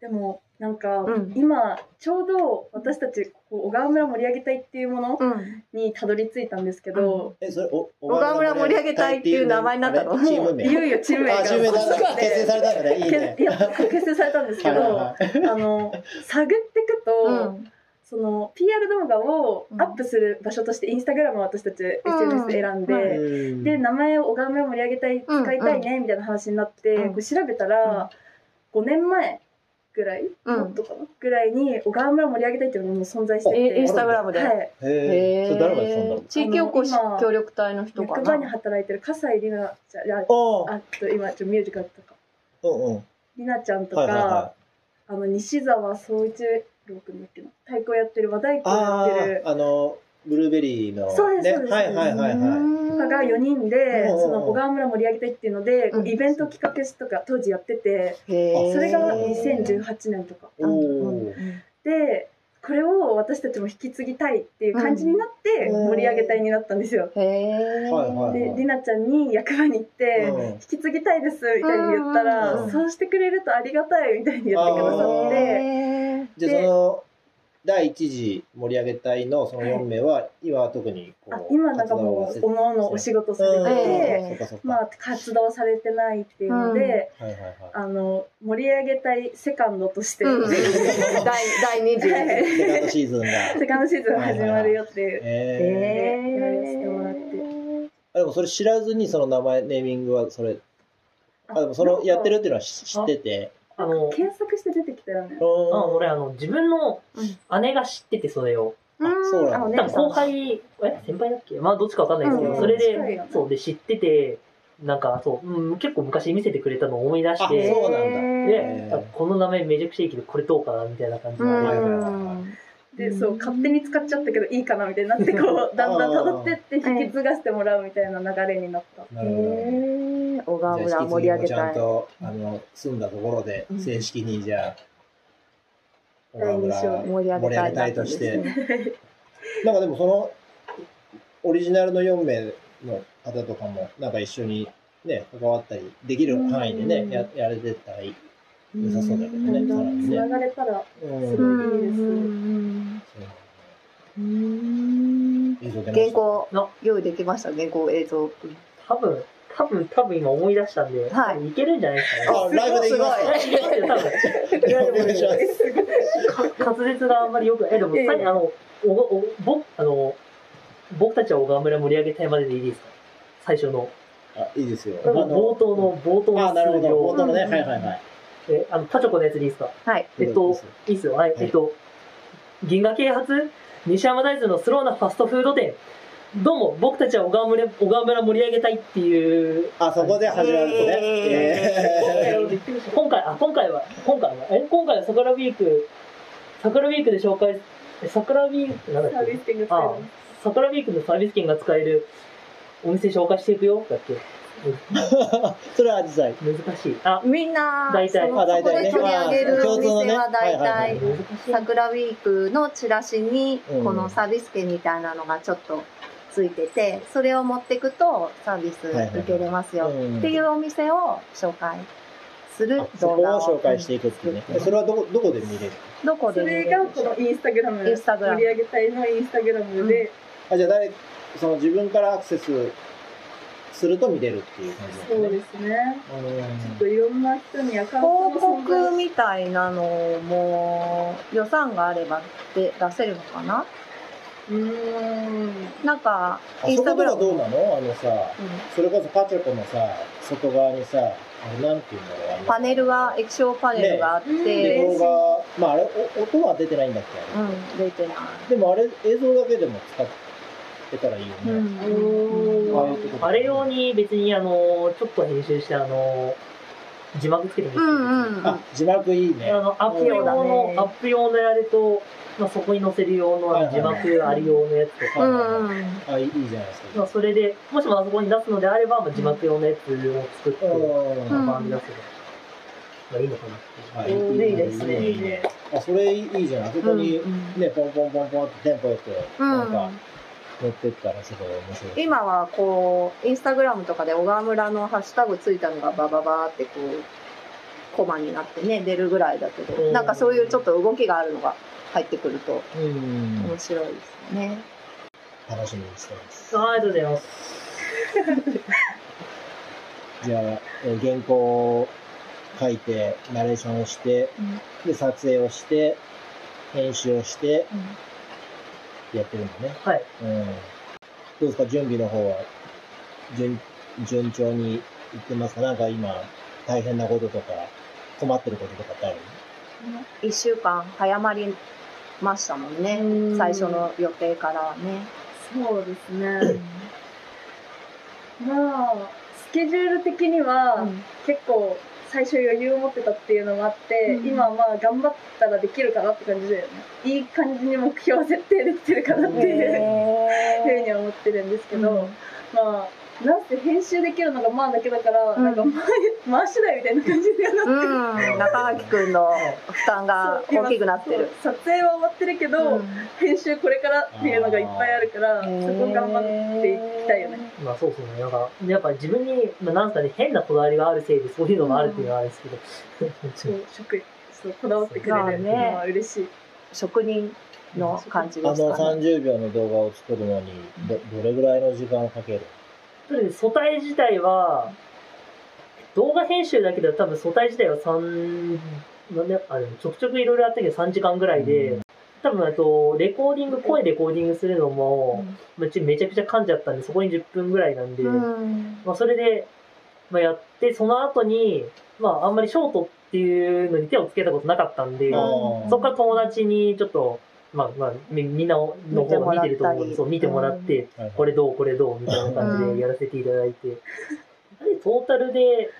[SPEAKER 4] でもなんか、
[SPEAKER 1] うん
[SPEAKER 4] 今ちょうど私たちこう小川村盛り上げたいっていうもの
[SPEAKER 1] うん、
[SPEAKER 4] にたどり着いたんですけど、
[SPEAKER 2] え、それ、お、小
[SPEAKER 1] 小川村盛り上げ隊っていう名前になったの
[SPEAKER 2] あれチーム
[SPEAKER 4] もうい
[SPEAKER 2] 名。
[SPEAKER 4] よいよチーム名が
[SPEAKER 2] あ、チーム名なんだ。結成されたんだね。いいね
[SPEAKER 4] け。いや結成されたんですけど
[SPEAKER 2] はいはいはい
[SPEAKER 4] あの探っていくと、
[SPEAKER 1] うん
[SPEAKER 4] その PR 動画をアップする場所としてインスタグラムを私たち SNS 選んで。
[SPEAKER 1] うん
[SPEAKER 2] う
[SPEAKER 4] で
[SPEAKER 2] ん
[SPEAKER 4] 名前を小川村盛り上げたい使いたいねみたいな話になって、
[SPEAKER 1] うん
[SPEAKER 4] こう調べたら、5年前ぐらい、
[SPEAKER 1] うん
[SPEAKER 4] もっとかなぐらいに小川村盛り上げたいっていうのがもう存在して
[SPEAKER 1] え
[SPEAKER 4] て
[SPEAKER 1] インスタグラムで、
[SPEAKER 4] は
[SPEAKER 2] へ
[SPEAKER 4] い、
[SPEAKER 1] へ
[SPEAKER 2] え。
[SPEAKER 1] ー
[SPEAKER 2] それ誰がやってたんだろう。
[SPEAKER 1] 地域おこし
[SPEAKER 4] あの今
[SPEAKER 1] 協力隊の人か
[SPEAKER 4] 役場に
[SPEAKER 1] な。
[SPEAKER 4] 働いてる笠井里奈ちゃんいや
[SPEAKER 2] おー
[SPEAKER 4] あと今ちょっとミュージカルとか
[SPEAKER 2] うんうん。
[SPEAKER 4] 里奈ちゃんとか、
[SPEAKER 2] はいはいはい。
[SPEAKER 4] あの西澤総一郎君だっけな太鼓やってる和太鼓や
[SPEAKER 2] あ
[SPEAKER 4] ってる
[SPEAKER 2] あ、あの、ブルーベリーの。
[SPEAKER 4] そうです
[SPEAKER 2] ね
[SPEAKER 4] そうです
[SPEAKER 2] はいはいはいは
[SPEAKER 4] とかが4人で
[SPEAKER 2] うん
[SPEAKER 4] その小川村盛り上げたいっていうので、こう
[SPEAKER 1] うん
[SPEAKER 4] イベント企画室とか当時やってて
[SPEAKER 1] へー
[SPEAKER 4] それが
[SPEAKER 2] へー
[SPEAKER 4] 2018年とか。
[SPEAKER 2] い。おお
[SPEAKER 1] う。ん
[SPEAKER 4] でこれを私たちも引き継ぎたいっていう感じになって
[SPEAKER 2] うん
[SPEAKER 4] 盛り上げ隊になったんですよ。
[SPEAKER 1] へー
[SPEAKER 2] はいはい
[SPEAKER 4] でりなちゃんに役場に行って
[SPEAKER 2] うん
[SPEAKER 4] 「引き継ぎたいです」みたいに言った
[SPEAKER 1] うんうんう
[SPEAKER 4] ら
[SPEAKER 1] ん
[SPEAKER 4] 「そうしてくれるとありがたい」みたいに言ってくださって
[SPEAKER 1] へー
[SPEAKER 2] じゃあその、第一次盛り上げ隊のその4名は、今は特にこ
[SPEAKER 4] あ
[SPEAKER 2] う、
[SPEAKER 4] 今なんかもうおのおのお仕事され
[SPEAKER 2] うん
[SPEAKER 4] て
[SPEAKER 1] え
[SPEAKER 2] そ
[SPEAKER 4] て、
[SPEAKER 2] っかそっか。
[SPEAKER 4] まあ、活動されてないっていうので、
[SPEAKER 2] はいはいはい。
[SPEAKER 4] あの盛り上げ隊セカンドとして、
[SPEAKER 1] うん、第第二次。
[SPEAKER 2] セカン
[SPEAKER 4] はい
[SPEAKER 2] ドシー ズンが。
[SPEAKER 4] セカンドシーズン始まるよっていう。
[SPEAKER 2] えー
[SPEAKER 4] やらせてもらって
[SPEAKER 2] あでもそれ知らずにその名前、ネーミングはそれ、あ、でもそのやってるっていうのは知知ってて。
[SPEAKER 3] あの、
[SPEAKER 4] 検索して出てきたよね
[SPEAKER 2] あ。
[SPEAKER 3] あ俺、あの、自分の姉が知ってて、それを。
[SPEAKER 2] あそうな
[SPEAKER 1] あ
[SPEAKER 2] ん
[SPEAKER 1] お
[SPEAKER 2] だ
[SPEAKER 1] 姉
[SPEAKER 3] 多
[SPEAKER 1] さ
[SPEAKER 3] 分
[SPEAKER 1] ん
[SPEAKER 3] 後輩、え先輩だっけまあ、どっちかわかんないですけど、
[SPEAKER 2] うん
[SPEAKER 3] それ
[SPEAKER 4] 近いよ
[SPEAKER 3] で
[SPEAKER 4] ね、
[SPEAKER 3] そう、で、知ってて、なんか、そう、うん、結構昔見せてくれたのを思い出し
[SPEAKER 2] あ
[SPEAKER 3] て、
[SPEAKER 2] そうなんだ
[SPEAKER 3] で
[SPEAKER 2] へー、
[SPEAKER 3] この名前めちゃくちゃいいけど、これどうかなみたいな感じで、
[SPEAKER 2] ん
[SPEAKER 3] あ
[SPEAKER 4] でそう勝手に使っちゃったけどいいかなみたいになってこ うだんだん辿ってって引き継がせてもらうみたいな流れになった。
[SPEAKER 2] なるほどね。
[SPEAKER 1] へー小川
[SPEAKER 2] じゃあ
[SPEAKER 1] 村
[SPEAKER 2] 引
[SPEAKER 1] 盛り上げ
[SPEAKER 2] き継ぎもちゃ
[SPEAKER 1] た
[SPEAKER 2] ん
[SPEAKER 1] い。
[SPEAKER 2] と、あの、住んだところで、正式にじゃあ、小
[SPEAKER 4] 第
[SPEAKER 2] 川
[SPEAKER 4] 二
[SPEAKER 2] 村
[SPEAKER 4] 章
[SPEAKER 1] 盛り上げ
[SPEAKER 2] 盛
[SPEAKER 1] たい
[SPEAKER 2] り上げ
[SPEAKER 1] な
[SPEAKER 2] た
[SPEAKER 1] ん
[SPEAKER 2] い
[SPEAKER 1] て
[SPEAKER 2] と
[SPEAKER 1] で
[SPEAKER 2] し
[SPEAKER 1] す
[SPEAKER 2] て
[SPEAKER 1] ね。
[SPEAKER 2] なんかでもその、オリジナルの4名の方とかも、なんか一緒にね、関わったり、できる範囲で
[SPEAKER 1] うん
[SPEAKER 2] ね、ややれてったらいい良さそうだけどね、
[SPEAKER 1] うん
[SPEAKER 2] さらに
[SPEAKER 4] つな
[SPEAKER 2] ね。
[SPEAKER 4] がれたら
[SPEAKER 2] うん
[SPEAKER 4] す
[SPEAKER 1] う
[SPEAKER 2] そう
[SPEAKER 4] ご
[SPEAKER 2] ん
[SPEAKER 1] うんうん
[SPEAKER 2] 映像出ま
[SPEAKER 1] 原
[SPEAKER 2] した。
[SPEAKER 1] 稿用意できました原稿映像。
[SPEAKER 3] 多分、多分、多分今思い出したんで、
[SPEAKER 1] はい
[SPEAKER 3] 多分いけるんじゃないですかね。
[SPEAKER 2] あ、ライブできます
[SPEAKER 1] すご
[SPEAKER 2] か
[SPEAKER 1] い
[SPEAKER 3] いやいや多分いや
[SPEAKER 2] お願いします
[SPEAKER 3] でもか滑舌があんまりよくえでも
[SPEAKER 4] いやいや
[SPEAKER 3] さっきあのおお僕あの僕たちは小川村盛り上げ隊まででいいですか最初の
[SPEAKER 2] あ、いいですよ。
[SPEAKER 3] ぼ冒頭の冒頭
[SPEAKER 2] あ、
[SPEAKER 3] の
[SPEAKER 2] なるほど。
[SPEAKER 3] 数
[SPEAKER 2] 冒
[SPEAKER 3] 秒
[SPEAKER 2] 頭のね、
[SPEAKER 1] うん
[SPEAKER 2] はいはいはい。
[SPEAKER 3] えあのパチョコのやつでいいですか
[SPEAKER 1] はい。
[SPEAKER 3] えっといいですよはい
[SPEAKER 2] はい
[SPEAKER 3] えっと銀河啓発西山大豆のスローなファストフード店どうも僕たちは小川村小川村盛り上げ隊っていう
[SPEAKER 2] あ、そこで始まるんですね。
[SPEAKER 1] え
[SPEAKER 2] え
[SPEAKER 1] ー
[SPEAKER 3] 今回、あ、今回は、今回は、え、今回は桜ウィーク、桜ウィークで紹介、え桜ウィーク、なんだっ
[SPEAKER 4] サービ
[SPEAKER 3] け
[SPEAKER 4] スティングさ
[SPEAKER 3] あ
[SPEAKER 4] れる。
[SPEAKER 3] 桜ウィークのサービス券が使えるお店紹介していくよだっけ
[SPEAKER 2] ー それは実際。
[SPEAKER 3] 難しい。あ、
[SPEAKER 1] みんな、
[SPEAKER 3] 大体
[SPEAKER 1] その
[SPEAKER 2] あ
[SPEAKER 1] そ
[SPEAKER 2] 大
[SPEAKER 1] こで
[SPEAKER 2] 体ね
[SPEAKER 1] 取り上げるお店は大
[SPEAKER 2] まあ共通のねはいはい
[SPEAKER 1] 体
[SPEAKER 2] はい
[SPEAKER 3] 難しい。
[SPEAKER 1] 桜ウィークのチラシに
[SPEAKER 2] うん
[SPEAKER 1] このサービス券みたいなのがちょっとついてて、それを持っていくとサービス受けれますよ
[SPEAKER 2] うん
[SPEAKER 1] っていうお店を紹介する
[SPEAKER 2] あそ
[SPEAKER 1] 動
[SPEAKER 2] こ
[SPEAKER 1] 画
[SPEAKER 2] を
[SPEAKER 1] を
[SPEAKER 2] 紹介していくっていうね。
[SPEAKER 1] うん
[SPEAKER 2] それはどこどこで見れる
[SPEAKER 1] どこで
[SPEAKER 4] そ
[SPEAKER 1] 見れ
[SPEAKER 4] れ
[SPEAKER 1] る
[SPEAKER 4] が
[SPEAKER 1] で
[SPEAKER 4] こ
[SPEAKER 1] しょ
[SPEAKER 4] の
[SPEAKER 1] う
[SPEAKER 4] インスタグラム
[SPEAKER 1] インスタグラム
[SPEAKER 4] 盛り上げ隊のインスタグラムで、
[SPEAKER 2] あじゃあ誰その自分からアクセスすると見れるっていう感じ
[SPEAKER 4] そう
[SPEAKER 2] なんで
[SPEAKER 4] です
[SPEAKER 2] ね。
[SPEAKER 4] すねちょっ
[SPEAKER 2] う
[SPEAKER 4] といろんな人にアカウント
[SPEAKER 1] 広
[SPEAKER 4] の存
[SPEAKER 1] 告
[SPEAKER 4] 在
[SPEAKER 1] みたいなのも予算があればで出せるのかな
[SPEAKER 4] うーん
[SPEAKER 1] なんか
[SPEAKER 2] ん
[SPEAKER 1] イ
[SPEAKER 2] あ
[SPEAKER 1] ン
[SPEAKER 2] そ
[SPEAKER 1] スタ
[SPEAKER 2] こと
[SPEAKER 1] グ
[SPEAKER 2] か
[SPEAKER 1] ラ
[SPEAKER 2] どう
[SPEAKER 1] ム
[SPEAKER 2] なのあのさ、それこそパチョコのさ、外側にさ、あれなんていうんだろうあ
[SPEAKER 1] う
[SPEAKER 2] の
[SPEAKER 1] んパネルは液晶パネルがあって、
[SPEAKER 4] ね
[SPEAKER 2] で
[SPEAKER 4] うん
[SPEAKER 2] 動画、まああれ、お音は出てないんだっけ、
[SPEAKER 1] う
[SPEAKER 2] あれ
[SPEAKER 1] ん出てない、
[SPEAKER 2] でもあれ、映像だけでも使ってたらいいよね。
[SPEAKER 4] うん
[SPEAKER 2] ああいうとこ
[SPEAKER 3] あれ用に別にあの、ちょっと編集してあの、字幕つけてもいい
[SPEAKER 1] う
[SPEAKER 3] ですけど
[SPEAKER 1] んうん
[SPEAKER 2] あ、字幕いいね。
[SPEAKER 3] あの、アップ用
[SPEAKER 1] そうだ
[SPEAKER 3] の、
[SPEAKER 1] ね
[SPEAKER 3] アップ用のやれと、まあ、そこに載せる用のあの
[SPEAKER 2] はい
[SPEAKER 3] 字
[SPEAKER 2] はい
[SPEAKER 3] 幕あり用のやつとか、
[SPEAKER 1] うんうん
[SPEAKER 2] あ、いいいいじゃないです
[SPEAKER 3] まあ、
[SPEAKER 2] か。
[SPEAKER 3] それで、もしもあそこに出すのであれば、まあ、字幕用のやつを作って、
[SPEAKER 2] うん
[SPEAKER 1] うん
[SPEAKER 3] バーン出せば、まあ、いいのかなっ
[SPEAKER 2] あ
[SPEAKER 3] ていう。
[SPEAKER 2] い
[SPEAKER 1] いいですね
[SPEAKER 2] いいね。あ、それいいじゃん。あそこに
[SPEAKER 1] うんうん
[SPEAKER 2] ね、ポンポンポンポンってテンポよく、なんか、持ってったらすごい面白い。
[SPEAKER 1] 今はこうインスタグラムとかで小川村のハッシュタグついたのがバババーってこうコマになってね出るぐらいだけ
[SPEAKER 3] う
[SPEAKER 1] ど
[SPEAKER 3] ん
[SPEAKER 1] なんかそういうちょっと動きがあるのが入ってくると
[SPEAKER 2] うん
[SPEAKER 1] 面白いですよね。
[SPEAKER 2] 楽しみにしてます。
[SPEAKER 3] あありがとうございます。
[SPEAKER 2] じゃあ、えー原稿を書いて、ナレーションをして、で、撮影をして、編集をして、やってるんだね。
[SPEAKER 3] はい。
[SPEAKER 2] うん。どうですか、準備の方は、順、順調にいってますかなんか今、大変なこととか、困ってることとかってある
[SPEAKER 1] 1週間早まりましたもんね
[SPEAKER 4] うん
[SPEAKER 1] 最初の予定からはね。
[SPEAKER 4] そうですねまあスケジュール的には、結構最初余裕を持ってたっていうのもあって、
[SPEAKER 1] うん
[SPEAKER 4] 今はまあ頑張ったらできるかなって感じでいい感じに目標設定できてるかなっていうふうには思ってるんですけど、まあなんせ編集できるのがまあだけだから、
[SPEAKER 1] うん
[SPEAKER 4] なんか回回しないみたいな感じにはなってる、
[SPEAKER 1] うん、中垣くんの負担が
[SPEAKER 4] そう
[SPEAKER 1] 大きくなってる。
[SPEAKER 4] そう撮影は終わってるけど、
[SPEAKER 1] うん
[SPEAKER 4] 編集これからっていうのがいっぱいあるからそこ頑張っていきたいよね。
[SPEAKER 3] まあそうそうね。なんか、やっぱ自分に、まあ、なんすかね、変なこだわりがあるせいで、そういうのがあるっていうのはあるんですけど。
[SPEAKER 4] そう職員そうこだわってくれるのは嬉しい。
[SPEAKER 1] 職人の感じ
[SPEAKER 2] のあ
[SPEAKER 1] です
[SPEAKER 2] の
[SPEAKER 1] かね。
[SPEAKER 2] 30秒の動画を作るのにど、どれぐらいの時間をかける
[SPEAKER 3] とりあえず素体自体は、動画編集だけでは多分素体自体は3、なんで、あれ、ちょくちょくいろいろあったけど3時間ぐらいで、
[SPEAKER 2] うん
[SPEAKER 3] 多分あと、レコーディング、声レコーディングするのも、うちめちゃくちゃ噛んじゃったんで、そこに10分ぐらいなんで、
[SPEAKER 1] うん
[SPEAKER 3] まあそれで、まあやって、その後に、まああんまりショートっていうのに手をつけたことなかったん
[SPEAKER 2] う
[SPEAKER 3] で、
[SPEAKER 2] ん
[SPEAKER 3] そこから友達にちょっと、まあまあ、みみんなの方を見てると思うんで、そう見
[SPEAKER 1] 見
[SPEAKER 3] て
[SPEAKER 1] て
[SPEAKER 3] も
[SPEAKER 1] も
[SPEAKER 3] ら
[SPEAKER 1] ら
[SPEAKER 3] っ、
[SPEAKER 1] ってたり
[SPEAKER 3] これどうこれどうみたいな感じ
[SPEAKER 1] うん
[SPEAKER 3] でやらせていただいて、でトータルで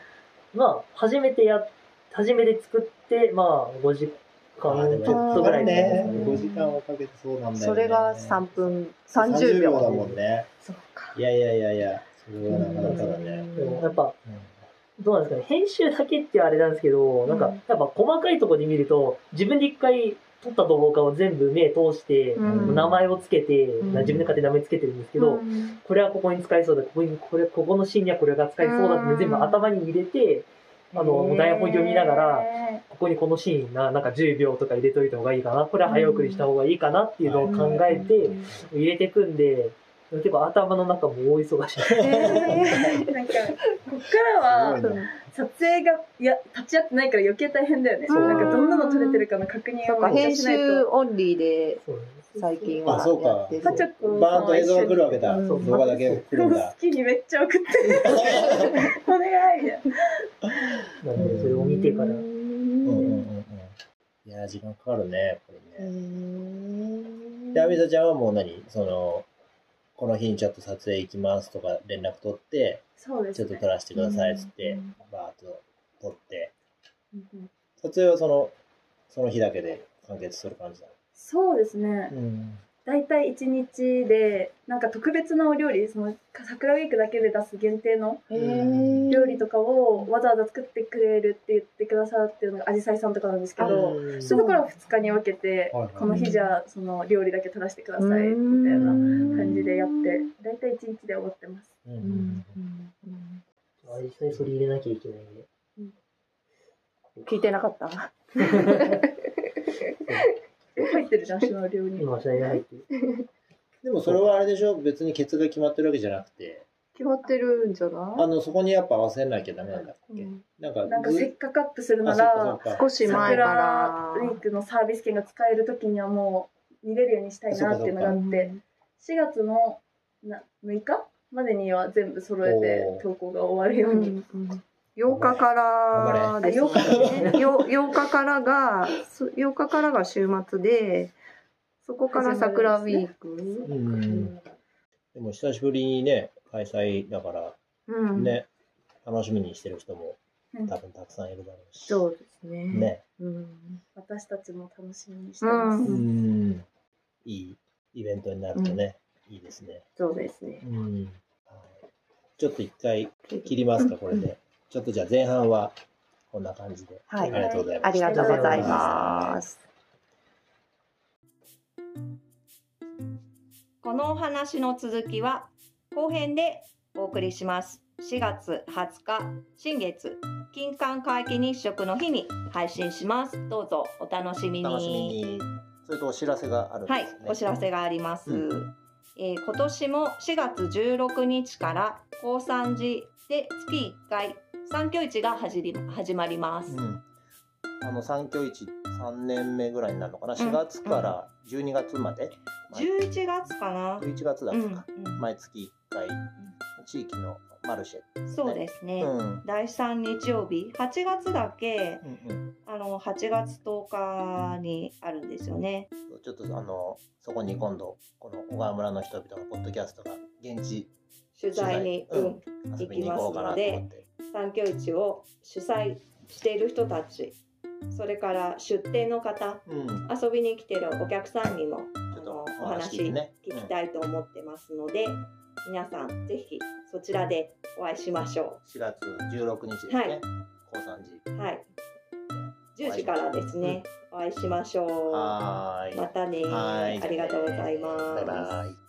[SPEAKER 3] まあ初めてや初めて作ってまあ5時間ちょっとぐらい
[SPEAKER 1] で
[SPEAKER 2] ね
[SPEAKER 1] ね。
[SPEAKER 2] 5時間をかけてそうなんだよね。
[SPEAKER 1] それが3分30
[SPEAKER 2] 30
[SPEAKER 1] 秒
[SPEAKER 2] 秒だもんね。
[SPEAKER 1] そうか
[SPEAKER 2] いやいやいやいや、それはなかなかだね。
[SPEAKER 3] でもやっぱ
[SPEAKER 2] うん
[SPEAKER 3] どうなんですかね編集だけってあれなんですけどなんかやっぱ細かいところで見ると自分で一回撮った動画を全部目通して、
[SPEAKER 1] うん
[SPEAKER 3] 名前をつけて、
[SPEAKER 1] ん
[SPEAKER 3] 自分で勝手に名前つけてるんですけど、
[SPEAKER 1] うん
[SPEAKER 3] これはここに使えそうだ、ここに、これ、ここのシーンにはこれが使えそうだって全部頭に入れて、あの、台本読みながら、
[SPEAKER 4] へ
[SPEAKER 3] ここにこのシーンな、なんか10秒とか入れといた方がいいかな、これは早送りした方がいいかなっていうのを考え
[SPEAKER 1] う
[SPEAKER 3] て、
[SPEAKER 1] ん
[SPEAKER 3] 入れてくんで、結構頭の中も大忙しい。
[SPEAKER 1] へ
[SPEAKER 4] ーなんかこっからは
[SPEAKER 2] すごいな
[SPEAKER 4] 撮影がいや立ち会ってないから余計大変だよね。
[SPEAKER 1] そう
[SPEAKER 4] なんかどんなの撮れてるかの確認
[SPEAKER 1] な
[SPEAKER 4] を
[SPEAKER 1] んか
[SPEAKER 4] めっちゃ
[SPEAKER 1] 編
[SPEAKER 4] しない
[SPEAKER 1] 集
[SPEAKER 4] と。
[SPEAKER 1] オンリーで
[SPEAKER 3] そう
[SPEAKER 1] 最近
[SPEAKER 2] あ、そうか。
[SPEAKER 1] はやって
[SPEAKER 4] パチ
[SPEAKER 1] る。
[SPEAKER 4] ョコ
[SPEAKER 2] バーンと映像が来るわけだ。
[SPEAKER 1] うん
[SPEAKER 2] 動画だけ来るん
[SPEAKER 4] 好
[SPEAKER 2] だ。
[SPEAKER 4] きにめっちゃ送ってるお願いみたいな
[SPEAKER 3] なんで、それを見てから
[SPEAKER 1] う。
[SPEAKER 2] うんうんうんうん
[SPEAKER 1] ん
[SPEAKER 2] うん。いやー、時間かかるね、やっぱ
[SPEAKER 1] へ
[SPEAKER 2] りね。
[SPEAKER 1] ー
[SPEAKER 2] で、アミサちゃんはもう何その、この日にちょっと撮影行きますとか連絡取って、
[SPEAKER 4] そうで
[SPEAKER 2] ち
[SPEAKER 4] す
[SPEAKER 2] ょっと
[SPEAKER 4] ね
[SPEAKER 2] 撮らせてくださいっつって
[SPEAKER 1] うん、
[SPEAKER 2] バーッと撮って。
[SPEAKER 4] うんうん
[SPEAKER 2] 撮影はその、その日だけで完結する感じだ。
[SPEAKER 4] そうですね
[SPEAKER 2] うん。
[SPEAKER 4] 大体1日でなんか特別なお料理その桜ウィークだけで出す限定の
[SPEAKER 3] ん
[SPEAKER 5] え
[SPEAKER 4] 料理とかをわざわざ作ってくれるって言ってくださってるのがアジサイさんとかなんですけど
[SPEAKER 3] うん
[SPEAKER 4] それところは2日に分けて
[SPEAKER 5] はいはい
[SPEAKER 4] この日じゃあその料理だけ取らせてくださいみたいな感じでやって大体1日で終わってます。
[SPEAKER 2] うん
[SPEAKER 3] あ実際それ入れなきゃいけないんで。
[SPEAKER 5] 聞いてなかった。
[SPEAKER 4] 入ってるじゃんその料理
[SPEAKER 3] 今はしない入ってる。
[SPEAKER 2] でもそれはあれでしょ別にケツが決まってるわけじゃなくて、
[SPEAKER 5] 決まってるんじゃな
[SPEAKER 2] あの、そこにやっぱ合わせなきゃダメなんだっ
[SPEAKER 5] い、
[SPEAKER 2] け、
[SPEAKER 5] うん
[SPEAKER 2] なんか、
[SPEAKER 4] なんか
[SPEAKER 2] ず
[SPEAKER 4] せっかくアップする
[SPEAKER 2] あ、
[SPEAKER 4] な
[SPEAKER 2] そっ
[SPEAKER 4] ら
[SPEAKER 2] かそっか。
[SPEAKER 5] 少し前から
[SPEAKER 4] 桜ウィークのサービス券が使える時にはもう見れるようにしたいなっていうのがあって4月のな6日までには全部揃えて
[SPEAKER 2] おー
[SPEAKER 4] 投稿が終わるように
[SPEAKER 5] 8日から
[SPEAKER 2] 頑
[SPEAKER 5] です
[SPEAKER 4] あ
[SPEAKER 5] ね。よ8日からが、す8日からが週末で、そこから桜ウィーク。
[SPEAKER 2] うん。でも久しぶりにね、開催だから、
[SPEAKER 5] うん。
[SPEAKER 2] ね、楽しみにしてる人も
[SPEAKER 4] うん
[SPEAKER 2] 多分たくさんいるだろうし。
[SPEAKER 5] そうですね。
[SPEAKER 2] ね。
[SPEAKER 5] うん。
[SPEAKER 4] 私たちも楽しみにしてます、
[SPEAKER 5] う
[SPEAKER 2] うんん。いいイベントになるとね、いいですね。
[SPEAKER 5] そうですね。
[SPEAKER 2] うん。はいちょっと一回切りますか、これで。ちょっとじゃあ前半はこんな感じで。
[SPEAKER 5] はい
[SPEAKER 2] ありがとうございま
[SPEAKER 5] あ
[SPEAKER 2] し
[SPEAKER 5] り
[SPEAKER 2] た。
[SPEAKER 5] がとうございます。
[SPEAKER 1] このお話の続きは後編でお送りします。4月20日新月金環皆既日食の日に配信します。どうぞお楽しみに。
[SPEAKER 2] 楽しみに。それとお知らせがあるん
[SPEAKER 1] は
[SPEAKER 2] で
[SPEAKER 1] い
[SPEAKER 2] すね。、
[SPEAKER 1] お知らせがあります。
[SPEAKER 2] う
[SPEAKER 1] えー今年も4月16日から高山寺で月1回三教市が始り始まります。
[SPEAKER 2] うん、あの三教一3年目ぐらいになるのかな4月から12月まで、
[SPEAKER 1] 11月かな。
[SPEAKER 2] 11月だっ
[SPEAKER 1] うん
[SPEAKER 2] たか、毎月1回地域のマルシェって
[SPEAKER 1] うんそうですね。
[SPEAKER 2] うん
[SPEAKER 1] 第3日曜日8月だけ
[SPEAKER 2] うんうん
[SPEAKER 1] あの8月10日にあるんですよね。
[SPEAKER 2] ちょっとあのそこに今度この小川村の人々のポッドキャストが現地
[SPEAKER 1] 取材に、
[SPEAKER 2] 取
[SPEAKER 1] う
[SPEAKER 2] 材
[SPEAKER 1] ん、
[SPEAKER 2] うん、遊びに行こうかなと思って
[SPEAKER 1] 産教市を主催している人たち、それから出店の方、
[SPEAKER 2] うん、ちょ
[SPEAKER 1] 遊びに来てるお客さんにもあ
[SPEAKER 2] っ
[SPEAKER 1] の
[SPEAKER 2] と
[SPEAKER 1] お
[SPEAKER 2] お
[SPEAKER 1] 話
[SPEAKER 2] 話聞
[SPEAKER 1] 聞
[SPEAKER 2] いてね
[SPEAKER 1] きたいと思ってますので、皆さんぜひそちらでお会いしましょ
[SPEAKER 2] 4月16日ですね、
[SPEAKER 1] はい
[SPEAKER 2] 高山寺
[SPEAKER 1] う。はい。10時からですね、お会いしましょう。
[SPEAKER 2] はーい
[SPEAKER 1] またね
[SPEAKER 2] はーい
[SPEAKER 1] ありがとうございます。
[SPEAKER 2] バイバイ